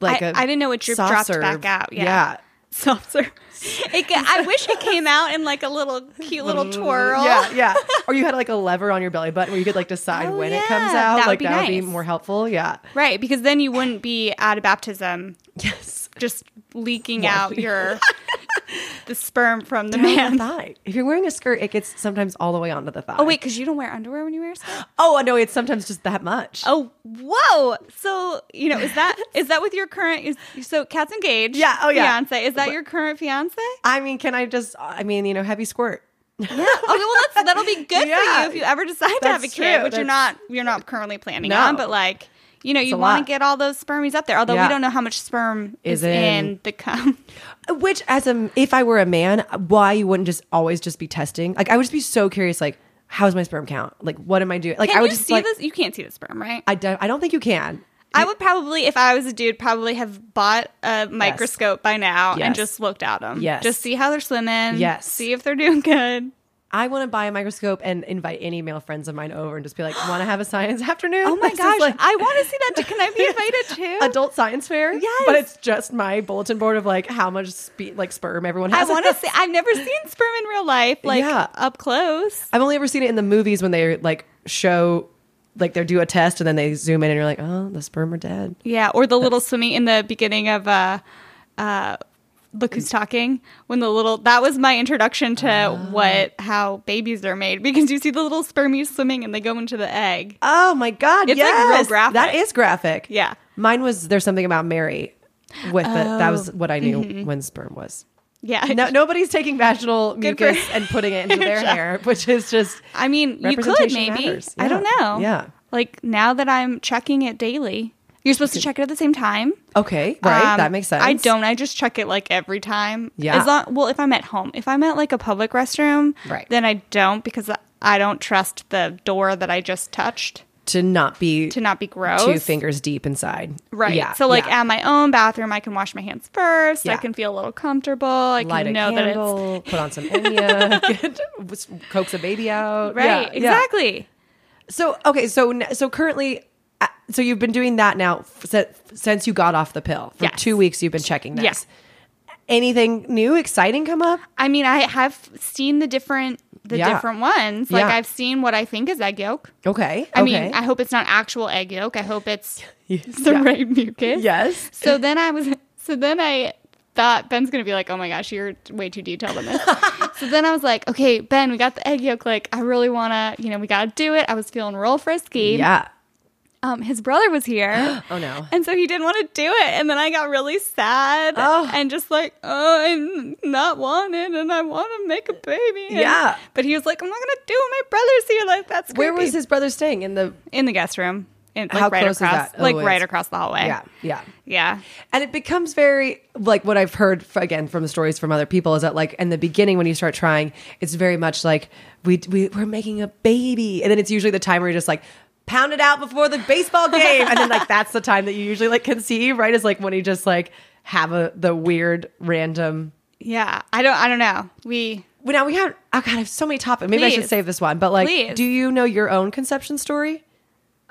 Speaker 2: like
Speaker 1: I-
Speaker 2: a
Speaker 1: I didn't know it drip
Speaker 2: soft
Speaker 1: dropped
Speaker 2: serve.
Speaker 1: back out. Yeah.
Speaker 2: yeah.
Speaker 1: Soft serve. It, ca- I wish it came out in like a little cute little twirl.
Speaker 2: Mm, Yeah,
Speaker 1: [laughs]
Speaker 2: yeah. Or you had like a lever on your belly button where you could like decide
Speaker 1: Oh,
Speaker 2: when
Speaker 1: yeah.
Speaker 2: it comes out.
Speaker 1: That would
Speaker 2: like
Speaker 1: be
Speaker 2: that would be
Speaker 1: nice.
Speaker 2: more helpful. Yeah. [laughs]
Speaker 1: Right, because then you wouldn't be at a baptism
Speaker 2: Yes.
Speaker 1: just leaking out
Speaker 2: [laughs]
Speaker 1: your the sperm from the man.
Speaker 2: Thigh. If you're wearing a skirt, it gets sometimes all the way onto the thigh.
Speaker 1: Oh wait, because you don't wear underwear when you wear stuff.
Speaker 2: Oh no, it's sometimes just that much.
Speaker 1: Oh whoa! So you know is
Speaker 2: [laughs]
Speaker 1: that is that with your current? Is, so Kat's engaged.
Speaker 2: Yeah, oh, yeah.
Speaker 1: Fiance is that your current
Speaker 2: [laughs]
Speaker 1: fiance?
Speaker 2: I mean, can I just? I mean, you know, heavy squirt.
Speaker 1: Okay, well that's that'll be good for
Speaker 2: Yeah.
Speaker 1: you if you ever decide to have a
Speaker 2: That's
Speaker 1: kid,
Speaker 2: true.
Speaker 1: which you're
Speaker 2: That's-
Speaker 1: not you're not currently planning
Speaker 2: No.
Speaker 1: on, but like. You know, you
Speaker 2: a
Speaker 1: want to
Speaker 2: lot.
Speaker 1: get all those spermies up there, although we
Speaker 2: Yeah.
Speaker 1: don't know how much sperm is,
Speaker 2: Is in-
Speaker 1: in the cum.
Speaker 2: Which, as a, if I were a man, why you wouldn't just always just be testing? Like, I would just be so curious. Like, how's my sperm count? Like, what am I doing? Like,
Speaker 1: Can
Speaker 2: I would
Speaker 1: you
Speaker 2: just
Speaker 1: see
Speaker 2: like,
Speaker 1: this? You can't see the sperm, right?
Speaker 2: I, don't- I don't think you can.
Speaker 1: I would probably, if I was a dude, probably have bought a microscope by now
Speaker 2: Yes.
Speaker 1: and just looked at them.
Speaker 2: Yes.
Speaker 1: Just see how they're swimming.
Speaker 2: Yes.
Speaker 1: See if they're doing good.
Speaker 2: I want to buy a microscope and invite any male friends of mine over and just be like, want to have a science [laughs]
Speaker 1: [laughs]
Speaker 2: afternoon?
Speaker 1: Oh my
Speaker 2: This is
Speaker 1: gosh.
Speaker 2: like
Speaker 1: I want to see that. too. Can I [laughs] be invited too?
Speaker 2: adult science fair.
Speaker 1: Yes.
Speaker 2: But it's just my bulletin board of like how much spe- like sperm everyone
Speaker 1: I
Speaker 2: has.
Speaker 1: want to see. I've never seen sperm in real life, like
Speaker 2: Yeah.
Speaker 1: up close.
Speaker 2: [laughs] I've only ever seen it in the movies when they like show, like they do a test and then they zoom in and you're like, oh, the sperm are dead.
Speaker 1: Yeah, or the little swimming in the beginning of uh, uh, look who's talking. When the little that was my introduction to what how babies are made because you see the little spermies swimming and they go into the egg.
Speaker 2: Oh my god,
Speaker 1: It's, like,
Speaker 2: yes.
Speaker 1: real graphic.
Speaker 2: That is graphic.
Speaker 1: Yeah.
Speaker 2: Mine was there's something about Mary with it. That was
Speaker 1: Oh.
Speaker 2: what I knew
Speaker 1: Mm-hmm.
Speaker 2: when sperm was.
Speaker 1: Yeah, [laughs]
Speaker 2: No, nobody's taking vaginal
Speaker 1: Good for-
Speaker 2: mucus
Speaker 1: [laughs]
Speaker 2: and putting it into their hair, which is just
Speaker 1: I mean you could
Speaker 2: Representation
Speaker 1: maybe.
Speaker 2: matters.
Speaker 1: I don't
Speaker 2: Yeah.
Speaker 1: know.
Speaker 2: Yeah.
Speaker 1: like now that I'm checking it daily, you're supposed to check it at the same time.
Speaker 2: okay, right?
Speaker 1: Um,
Speaker 2: that makes sense.
Speaker 1: I don't. I just check it like every time.
Speaker 2: Yeah.
Speaker 1: As long, well, if I'm at home, if I'm at like a public restroom,
Speaker 2: Right.
Speaker 1: then I don't because I don't trust the door that I just touched
Speaker 2: to not be
Speaker 1: to not be gross.
Speaker 2: two fingers deep inside.
Speaker 1: Right.
Speaker 2: Yeah.
Speaker 1: so like
Speaker 2: yeah.
Speaker 1: at my own bathroom, I can wash my hands first. I
Speaker 2: Yeah.
Speaker 1: can feel a little comfortable. I
Speaker 2: light a
Speaker 1: can know that it's
Speaker 2: candle, put on
Speaker 1: [laughs]
Speaker 2: some Enya, get- [laughs] coax a baby out. Yeah,
Speaker 1: right.
Speaker 2: yeah.
Speaker 1: exactly.
Speaker 2: So okay, so n- so currently, uh, so you've been doing that now f- se- since you got off the pill for
Speaker 1: Yes.
Speaker 2: two weeks. You've been checking this.
Speaker 1: Yeah.
Speaker 2: Anything new, exciting come up?
Speaker 1: I mean, I have seen the different the
Speaker 2: Yeah.
Speaker 1: different ones. Like
Speaker 2: Yeah.
Speaker 1: I've seen what I think is egg yolk.
Speaker 2: Okay.
Speaker 1: I
Speaker 2: okay.
Speaker 1: mean, I hope it's not actual egg yolk. I hope it's
Speaker 2: Yes.
Speaker 1: the
Speaker 2: [laughs] Yeah.
Speaker 1: right mucus.
Speaker 2: yes.
Speaker 1: So then I was. So then I thought Ben's gonna be like, "Oh my gosh, you're way too detailed on
Speaker 2: [laughs]
Speaker 1: this." so then I was like, "Okay, Ben, we got the egg yolk. Like, I really wanna, you know, we gotta do it." I was feeling real frisky.
Speaker 2: Yeah.
Speaker 1: Um, his brother was here.
Speaker 2: [gasps] Oh no.
Speaker 1: And so he didn't want to do it, and then I got really sad
Speaker 2: Oh.
Speaker 1: and just like, oh, I'm not wanted, and I want to make a baby. And-
Speaker 2: Yeah.
Speaker 1: but he was like, I'm not gonna do it. My brother's here. Like that's
Speaker 2: Where
Speaker 1: creepy.
Speaker 2: was his brother staying? In the
Speaker 1: in the guest room? In, like
Speaker 2: How
Speaker 1: right
Speaker 2: close is
Speaker 1: across,
Speaker 2: that? Oh,
Speaker 1: like
Speaker 2: it's-
Speaker 1: right across the hallway.
Speaker 2: yeah yeah.
Speaker 1: yeah.
Speaker 2: And it becomes very like what I've heard f- again from stories from other people is that like in the beginning when you start trying, it's very much like we we we're making a baby, and then it's usually the time where you're just like pound it out before the baseball game, and then like that's the time that you usually like conceive, right? Is like when you just like have a the weird random.
Speaker 1: Yeah, I don't. I don't know. We
Speaker 2: Well, now we have oh god, I have so many topics. Maybe I should
Speaker 1: Please.
Speaker 2: save this one, but like,
Speaker 1: Please.
Speaker 2: do you know your own conception story?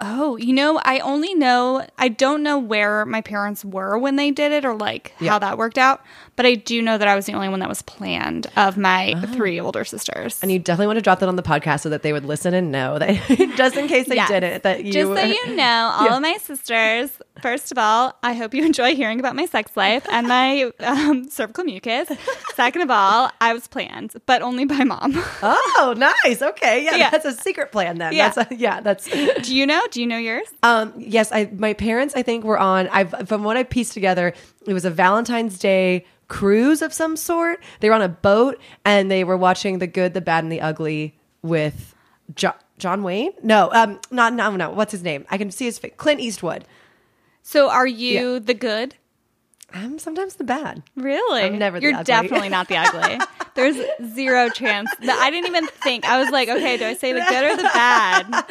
Speaker 1: oh, you know, I only know I don't know where my parents were when they did it or like
Speaker 2: Yeah.
Speaker 1: how that worked out, but I do know that I was the only one that was planned of my three older sisters.
Speaker 2: Oh. And you definitely want to drop that on the podcast so that they would listen and know that [laughs] just in case they
Speaker 1: Yes.
Speaker 2: didn't, that you
Speaker 1: Just so you
Speaker 2: [laughs]
Speaker 1: know, all of my sisters, first of all, I hope you [laughs] enjoy hearing about my sex life and my um, cervical
Speaker 2: [laughs]
Speaker 1: mucus. Second of all, I was planned, but only by mom. [laughs]
Speaker 2: Oh, nice. Okay. Yeah,
Speaker 1: Yeah.
Speaker 2: that's a secret plan then.
Speaker 1: Yeah.
Speaker 2: That's yeah, that's
Speaker 1: do you know? Do you know yours?
Speaker 2: um yes, I my parents I think were on I've from what I pieced together, it was a Valentine's Day cruise of some sort. They were on a boat and they were watching The Good, the Bad and the Ugly with jo- John Wayne? No, um not no no, what's his name? I can see his face. Clint Eastwood.
Speaker 1: So are you the good?
Speaker 2: I'm sometimes the bad.
Speaker 1: Really?
Speaker 2: I'm never the
Speaker 1: You're
Speaker 2: ugly.
Speaker 1: definitely not the ugly.
Speaker 2: [laughs]
Speaker 1: There's zero chance. that I didn't even think. I was like, okay, do I say the good or the bad?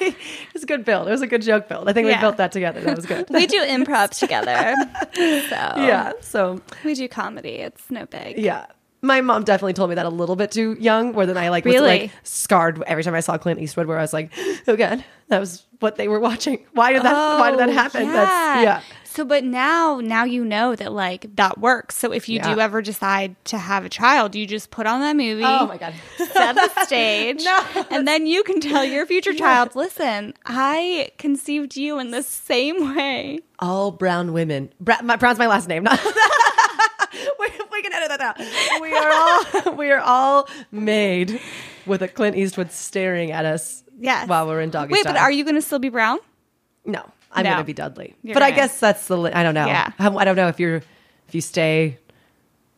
Speaker 2: It was a good build. It was a good joke build. I think
Speaker 1: Yeah.
Speaker 2: we built that together. That
Speaker 1: [laughs]
Speaker 2: was good.
Speaker 1: We do improv together. So
Speaker 2: yeah. So
Speaker 1: we do comedy. It's no big.
Speaker 2: Yeah. My mom definitely told me that a little bit too young, where then I like was
Speaker 1: Really?
Speaker 2: like scarred every time I saw Clint Eastwood, where I was like, "Oh God, that was what they were watching. Why did that? why did that
Speaker 1: Oh,
Speaker 2: happen?" That's yeah,
Speaker 1: So, but now, now you know that like that works. So, if you do
Speaker 2: Yeah.
Speaker 1: ever decide to have a child, you just put on that movie.
Speaker 2: Oh, my God.
Speaker 1: set the
Speaker 2: [laughs]
Speaker 1: stage,
Speaker 2: No.
Speaker 1: and then you can tell your future child, "Listen, I conceived you in the same way."
Speaker 2: all brown women. Bra- my, brown's my last name. Not- [laughs] we, we can edit that out. We are all [laughs] we are all made with a Clint Eastwood staring at us.
Speaker 1: Yes.
Speaker 2: while we're in doggy
Speaker 1: Wait,
Speaker 2: style.
Speaker 1: but are you going to still be brown?
Speaker 2: No, I'm
Speaker 1: No.
Speaker 2: gonna be Dudley.
Speaker 1: You're
Speaker 2: but I
Speaker 1: gonna-
Speaker 2: guess that's the. Li- I don't know.
Speaker 1: Yeah.
Speaker 2: How- I don't know if you're if you stay.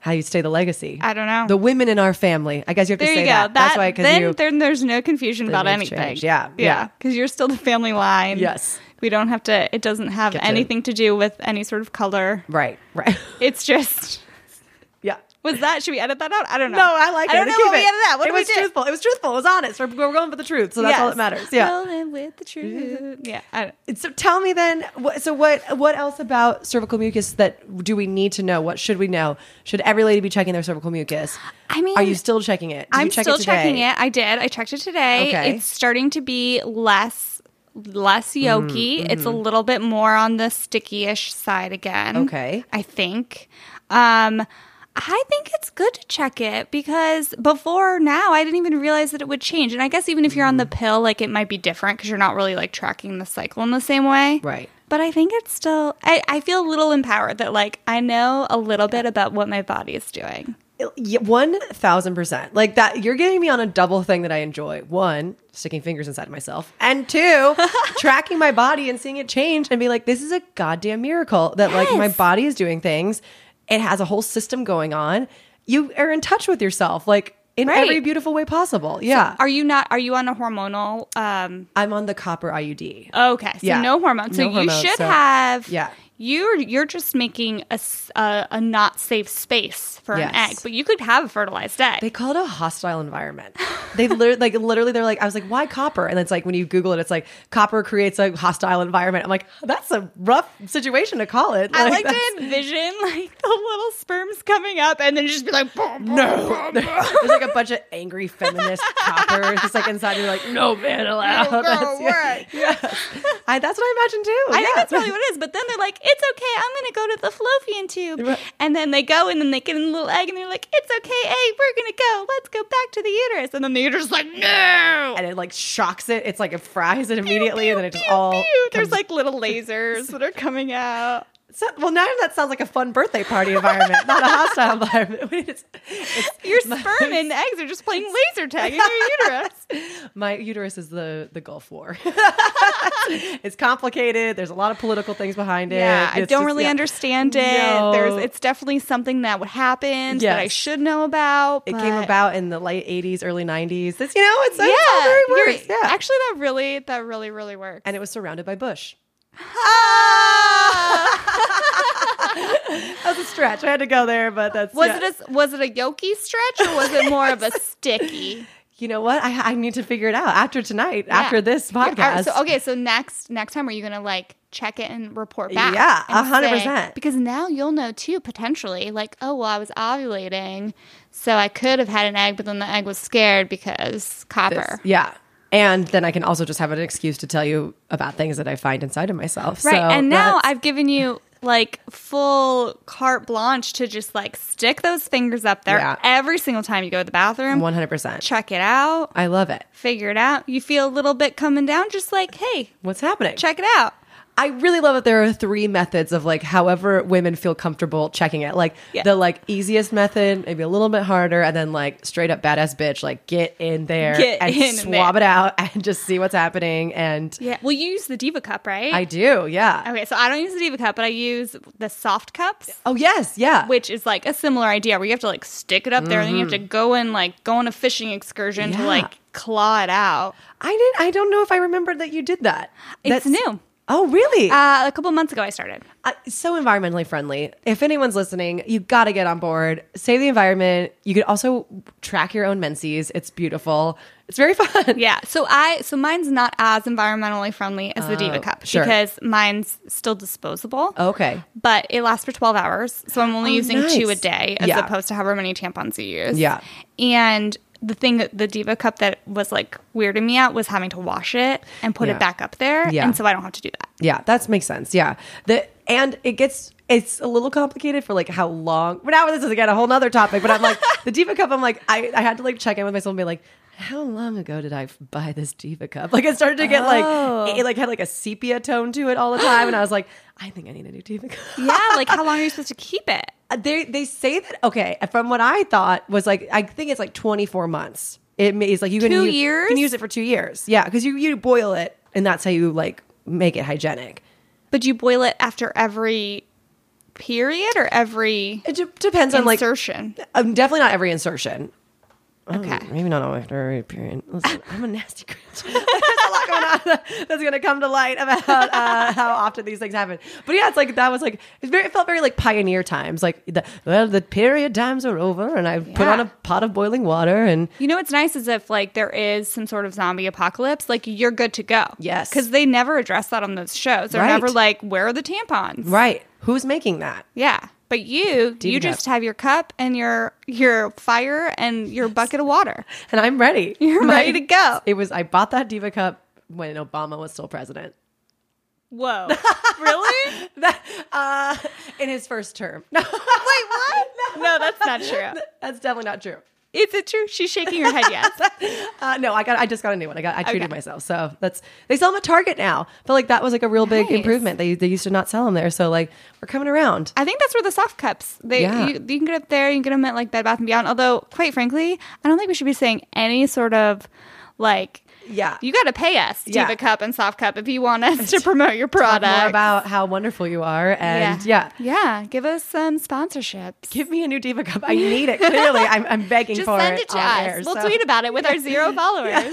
Speaker 2: How you stay the legacy?
Speaker 1: I don't know.
Speaker 2: The women in our family. I guess you have
Speaker 1: There
Speaker 2: to say
Speaker 1: you go.
Speaker 2: that. That's why. Because
Speaker 1: then,
Speaker 2: you.
Speaker 1: then there's no confusion about
Speaker 2: you've
Speaker 1: anything.
Speaker 2: changed. Yeah,
Speaker 1: yeah,
Speaker 2: yeah.
Speaker 1: because you're still the family line.
Speaker 2: Yes.
Speaker 1: we don't have to. It doesn't have
Speaker 2: Get to-
Speaker 1: anything to do with any sort of color.
Speaker 2: Right. Right.
Speaker 1: It's just.
Speaker 2: [laughs] yeah.
Speaker 1: Was that? Should we edit that out? I don't know.
Speaker 2: No, I like it.
Speaker 1: I don't know
Speaker 2: Keep
Speaker 1: what we edited out. What
Speaker 2: it
Speaker 1: did we
Speaker 2: was
Speaker 1: do?
Speaker 2: truthful. It was truthful. It was honest. We're, we're going for the truth, so that's all that matters. Yeah. Mm-hmm.
Speaker 1: Rolling with the truth. Yeah. I don't-
Speaker 2: So tell me then. What, so what? What else about cervical mucus that do we need to know? What should we know? Should every lady be checking their cervical mucus?
Speaker 1: I mean,
Speaker 2: are you still checking it? Did you
Speaker 1: I'm
Speaker 2: check
Speaker 1: still
Speaker 2: it today?
Speaker 1: checking it. I did. I checked it today.
Speaker 2: Okay.
Speaker 1: It's starting to be less less
Speaker 2: Mm,
Speaker 1: yolky.
Speaker 2: mm-hmm.
Speaker 1: It's a little bit more on the sticky-ish side again.
Speaker 2: Okay.
Speaker 1: I think. Um I think it's good to check it because before now I didn't even realize that it would change. And I guess even if you're on
Speaker 2: Mm.
Speaker 1: the pill, like it might be different because you're not really like tracking the cycle in the same way.
Speaker 2: Right.
Speaker 1: But I think it's still, I, I feel a little empowered that like I know a little bit about what my body is doing.
Speaker 2: One thousand percent. Like that. You're getting me on a double thing that I enjoy. One, sticking fingers inside myself,
Speaker 1: [laughs]
Speaker 2: and two, tracking my body and seeing it change and be like, this is a goddamn miracle that like my
Speaker 1: Yes.
Speaker 2: body is doing things. It has a whole system going on. You are in touch with yourself, like in
Speaker 1: Right.
Speaker 2: every beautiful way possible. Yeah.
Speaker 1: Are you not? Are you on a hormonal? Um,
Speaker 2: I'm on the copper IUD.
Speaker 1: okay, so
Speaker 2: Yeah.
Speaker 1: no hormones. So
Speaker 2: No
Speaker 1: you
Speaker 2: hormones,
Speaker 1: should
Speaker 2: so-
Speaker 1: have.
Speaker 2: Yeah.
Speaker 1: You're you're just making a s- a, a not safe space for
Speaker 2: Yes.
Speaker 1: an egg, but you could have a fertilized egg.
Speaker 2: They call it a hostile environment. They literally, [laughs] like literally, they're like, I was like, why copper? And it's like when you Google it, it's like copper creates a hostile environment. I'm like, that's a rough situation to call it.
Speaker 1: I like
Speaker 2: that's-
Speaker 1: to envision like the little sperms coming up and then just be like,
Speaker 2: No, there's like a bunch of
Speaker 1: [laughs]
Speaker 2: angry feminist coppers just like inside. You're like, no man allowed.
Speaker 1: girl,
Speaker 2: that's,
Speaker 1: work.
Speaker 2: I, that's what I imagine too.
Speaker 1: I think
Speaker 2: Yeah.
Speaker 1: that's probably what it is. But then they're like, it's okay, I'm gonna go to the fallopian tube.
Speaker 2: Right.
Speaker 1: And then they go and then they get in the little egg and they're like, it's okay, hey, we're gonna go. Let's go back to the uterus. And then the uterus is like, no.
Speaker 2: And it like shocks it. It's like it fries it immediately, and then it just
Speaker 1: Pew,
Speaker 2: all.
Speaker 1: pew.
Speaker 2: comes-
Speaker 1: There's like little lasers
Speaker 2: [laughs]
Speaker 1: that are coming out.
Speaker 2: So- well, now that sounds like a fun birthday party environment, not a hostile [laughs] environment. It's- it's,
Speaker 1: Your sperm and the eggs are just playing laser tag in [laughs] your uterus.
Speaker 2: My uterus is the the Gulf War. [laughs] it's complicated. There's a lot of political things behind it.
Speaker 1: Yeah, I
Speaker 2: It's
Speaker 1: don't
Speaker 2: just-
Speaker 1: really
Speaker 2: yeah.
Speaker 1: understand it.
Speaker 2: No.
Speaker 1: There's, it's definitely something that would happen that I
Speaker 2: Yes.
Speaker 1: should know about.
Speaker 2: It came
Speaker 1: but-
Speaker 2: about in the late '80s, early '90s. It's you know, it's,
Speaker 1: Yeah,
Speaker 2: it's all very
Speaker 1: you're-
Speaker 2: worse. Yeah,
Speaker 1: actually, that really, that really, really worked. [laughs]
Speaker 2: and it was surrounded by bush.
Speaker 1: Ah!
Speaker 2: [laughs] That was a stretch. I had to go there, but that's
Speaker 1: Was
Speaker 2: yeah.
Speaker 1: it a was it a yoki stretch or was it more of
Speaker 2: [laughs]
Speaker 1: a sticky?
Speaker 2: you know what? I, I need to figure it out after tonight,
Speaker 1: Yeah.
Speaker 2: after this
Speaker 1: Yeah, all
Speaker 2: podcast.
Speaker 1: right, so okay, so next next time are you gonna like check it and report back?
Speaker 2: Yeah,
Speaker 1: and say-
Speaker 2: 100%.
Speaker 1: Because now you'll know too potentially, like, oh well, I was ovulating, so I could have had an egg, but then the egg was scared because copper.
Speaker 2: Yeah. And then I can also just have an excuse to tell you about things that I find inside of myself.
Speaker 1: right,
Speaker 2: So
Speaker 1: and now
Speaker 2: that's-
Speaker 1: I've given you. Like full carte blanche to just like stick those fingers up there
Speaker 2: Yeah.
Speaker 1: every single time you go to the bathroom.
Speaker 2: 100%.
Speaker 1: Check it out,
Speaker 2: I love it.
Speaker 1: figure it out. You feel a little bit coming down, just like, hey,
Speaker 2: What's happening?
Speaker 1: check it out.
Speaker 2: I really love that there are three methods of like however women feel comfortable checking it. Like
Speaker 1: Yeah.
Speaker 2: the like easiest method, maybe a little bit harder, and then like straight up badass bitch, like get in there
Speaker 1: Get
Speaker 2: and
Speaker 1: in
Speaker 2: swab
Speaker 1: there.
Speaker 2: it out and just see what's happening. And
Speaker 1: Yeah. Well, you use the Diva Cup, right?
Speaker 2: I do, yeah.
Speaker 1: okay, so I don't use the Diva Cup, but I use the soft cups,
Speaker 2: Oh yes, yeah.
Speaker 1: which is like a similar idea where you have to like stick it up there and then you have to go in like go on a fishing excursion
Speaker 2: Mm-hmm. Yeah.
Speaker 1: to like claw it out.
Speaker 2: I didn't. I don't know if I remembered that you did that.
Speaker 1: It's new.
Speaker 2: Oh really?
Speaker 1: Uh, a couple months ago, I started.
Speaker 2: uh, so environmentally friendly. If anyone's listening, you got to get on board. Save the environment. You could also track your own menses. It's beautiful. It's very [laughs] fun.
Speaker 1: Yeah. So I so mine's not as environmentally friendly as the Diva Cup
Speaker 2: Uh, sure.
Speaker 1: because mine's still disposable.
Speaker 2: Okay.
Speaker 1: but it lasts for 12 hours. So I'm only using
Speaker 2: nice.
Speaker 1: two a day as
Speaker 2: Yeah.
Speaker 1: opposed to however many tampons you use.
Speaker 2: Yeah.
Speaker 1: And the thing that the Diva cup that was like weirding me out was having to wash it and put
Speaker 2: Yeah.
Speaker 1: it back up there.
Speaker 2: Yeah.
Speaker 1: And so I don't have to do that.
Speaker 2: Yeah, that makes sense. Yeah. The and it gets it's a little complicated for like how long. But now this is again a whole nother topic. But
Speaker 1: [laughs]
Speaker 2: I'm like the diva cup. I'm like I, I had to like check in with myself and be like, how long ago did I f- buy this diva cup? Like it started to get
Speaker 1: Oh.
Speaker 2: like it, like had like a sepia tone to it all the time, and I was like, I think I need a new diva cup.
Speaker 1: [laughs] Yeah. Like how long are you supposed to keep it?
Speaker 2: They they say that okay. From what I thought was like I think it's like 24 months. It may- it's like you can
Speaker 1: Two
Speaker 2: use, you can
Speaker 1: years?
Speaker 2: use it for two years. Yeah, because you you boil it, and that's how you like make it hygienic.
Speaker 1: But do you boil it after every period or every
Speaker 2: It de- depends on like
Speaker 1: insertion?
Speaker 2: um, definitely not every insertion.
Speaker 1: Okay.
Speaker 2: Maybe not all after a period.
Speaker 1: [laughs]
Speaker 2: Listen, I'm a nasty cringe. [laughs] There's a lot going on [laughs] that's going to come to light about uh, how often these things happen. But yeah, it's like that was like it's very, it felt very like pioneer times. Like the, well, the period times are over, and I put
Speaker 1: Yeah.
Speaker 2: on a pot of boiling water, and
Speaker 1: You know what's nice is if like there is some sort of zombie apocalypse, like you're good to go.
Speaker 2: Yes.
Speaker 1: Because they never address that on those shows. They're
Speaker 2: Right.
Speaker 1: never like, where are the tampons?
Speaker 2: right, who's making that?
Speaker 1: Yeah. But you, you
Speaker 2: it up.
Speaker 1: just have your cup and your your fire and your bucket of water.
Speaker 2: And I'm ready.
Speaker 1: [laughs] You're ready to go.
Speaker 2: It was I bought that diva cup when Obama was still president.
Speaker 1: [laughs] Whoa. really?
Speaker 2: That uh, in his first [laughs] term. No,
Speaker 1: Wait, what? No, that's not true.
Speaker 2: [laughs] that's definitely not true.
Speaker 1: Is it true? She's shaking her head yes.
Speaker 2: Uh, no, I got. I just got a new one. I got. I treated
Speaker 1: Okay.
Speaker 2: myself. So that's. They sell them at Target now, but like that was like a real big
Speaker 1: Nice.
Speaker 2: improvement. They they used to not sell them there. So like we're coming around.
Speaker 1: I think that's where the soft cups. They
Speaker 2: Yeah.
Speaker 1: you, you can get up there. You can get them at like Bed Bath and Beyond. Although, quite frankly, I don't think we should be saying any sort of like.
Speaker 2: Yeah.
Speaker 1: You got to pay us,
Speaker 2: Yeah.
Speaker 1: Diva Cup and Soft Cup, if you want us to promote your
Speaker 2: Talk
Speaker 1: product.
Speaker 2: more about how wonderful you are, and yeah.
Speaker 1: yeah, Give us some sponsorships.
Speaker 2: Give me a new diva cup. I need it. Clearly, I'm, I'm begging
Speaker 1: Just
Speaker 2: for
Speaker 1: send
Speaker 2: it.
Speaker 1: it to
Speaker 2: on
Speaker 1: us.
Speaker 2: air,
Speaker 1: we'll
Speaker 2: so.
Speaker 1: tweet about it with our [laughs] zero followers.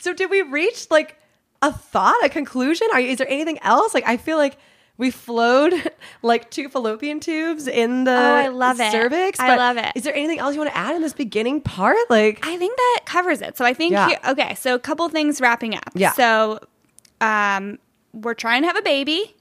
Speaker 2: So did we reach like a thought, a conclusion? Are is there anything else? Like I feel like we flowed [laughs] like two fallopian tubes in the
Speaker 1: Oh, I love it.
Speaker 2: cervix.
Speaker 1: I
Speaker 2: but
Speaker 1: love it.
Speaker 2: Is there anything else you want to add in this beginning part? Like
Speaker 1: I think that covers it. So I think
Speaker 2: Yeah.
Speaker 1: here- okay. So a couple things wrapping up.
Speaker 2: Yeah.
Speaker 1: So, um, we're trying to have a baby.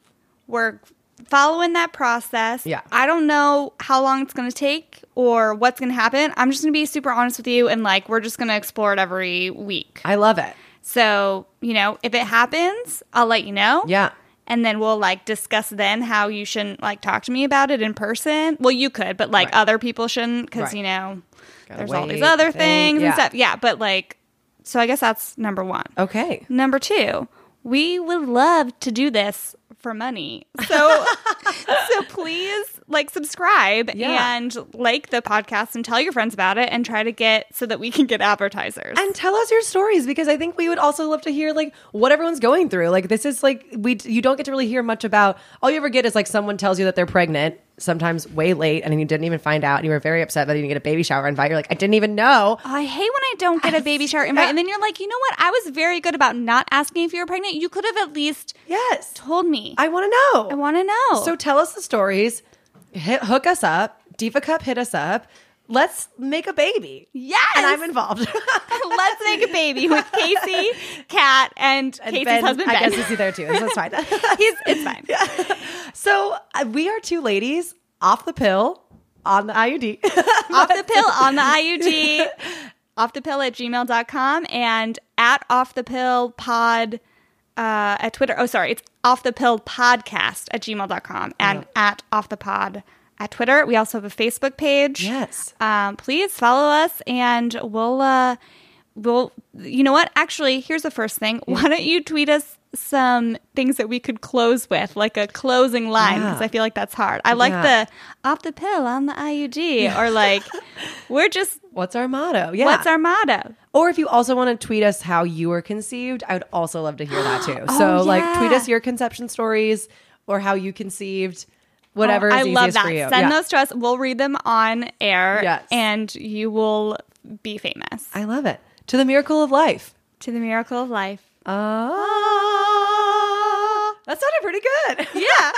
Speaker 1: We're following that process.
Speaker 2: Yeah.
Speaker 1: I don't know how long it's going to take or what's going to happen. I'm just going to be super honest with you, and like we're just going to explore it every week.
Speaker 2: I love it.
Speaker 1: So you know, if it happens, I'll let you know.
Speaker 2: Yeah.
Speaker 1: And then we'll like discuss then how you shouldn't like talk to me about it in person. Well, you could, but like
Speaker 2: Right.
Speaker 1: other people shouldn't because
Speaker 2: Right.
Speaker 1: you know
Speaker 2: Gotta
Speaker 1: there's all these
Speaker 2: wait,
Speaker 1: other
Speaker 2: think,
Speaker 1: things
Speaker 2: yeah. Oh.
Speaker 1: and stuff. Yeah, but like, so I guess that's number one.
Speaker 2: Okay.
Speaker 1: Number two, we would love to do this for money.
Speaker 2: [laughs]
Speaker 1: So, so please like subscribe
Speaker 2: Yeah.
Speaker 1: and like the podcast and tell your friends about it and try to get so that we can get advertisers.
Speaker 2: And tell us your stories because I think we would also love to hear like what everyone's going through. Like this is like we you don't get to really hear much about. All you ever get is like someone tells you that they're pregnant, sometimes way late, and you didn't even find out, and you were very upset that you didn't get a baby shower invite. You're like, I didn't even know.
Speaker 1: I hate when I don't get a baby shower invite. And then you're like, you know what? I was very good about not asking if you were pregnant. You could have at least
Speaker 2: Yes,
Speaker 1: told me. I,
Speaker 2: I want to know.
Speaker 1: want to know.
Speaker 2: So tell us the stories. Hit, hook us up. Diva Cup, hit us up. Let's make a baby.
Speaker 1: yes.
Speaker 2: And I'm
Speaker 1: [laughs]
Speaker 2: involved.
Speaker 1: Let's make a baby with Casey, Kat, and,
Speaker 2: And
Speaker 1: Casey's
Speaker 2: Ben-
Speaker 1: husband Ben.
Speaker 2: I guess is there too. That's fine.
Speaker 1: [laughs] He's, it's fine.
Speaker 2: so uh, we are two ladies off the pill on the [laughs] IUD.
Speaker 1: Off the pill on
Speaker 2: [laughs]
Speaker 1: the IUD. Off the pill at gmail.com and at off the pill pod uh, at Twitter. Oh, sorry. It's off the pill podcast at gmail.com
Speaker 2: Oh.
Speaker 1: and at off the pod at Twitter. We also have a Facebook page.
Speaker 2: yes.
Speaker 1: um, please follow us and we'll uh we'll you know what actually here's the first thing why don't you tweet us some things that we could close with like a closing line
Speaker 2: Yeah.
Speaker 1: because i feel like that's hard i like
Speaker 2: Yeah.
Speaker 1: the off the pill on the iud or
Speaker 2: [laughs]
Speaker 1: like we're just
Speaker 2: What's our motto? Yeah.
Speaker 1: what's our motto
Speaker 2: or if you also want to tweet us how you were conceived, I would also love to hear that [gasps] too. so like tweet
Speaker 1: yeah.
Speaker 2: us your conception stories or how you conceived, whatever.
Speaker 1: Oh, i
Speaker 2: is
Speaker 1: love
Speaker 2: easiest
Speaker 1: that
Speaker 2: For you.
Speaker 1: send
Speaker 2: Yeah.
Speaker 1: those to us we'll read them on air
Speaker 2: Yes.
Speaker 1: and you will be famous
Speaker 2: I love it. To the miracle of life.
Speaker 1: to the miracle of life
Speaker 2: Ah. That sounded pretty good. [laughs]
Speaker 1: yeah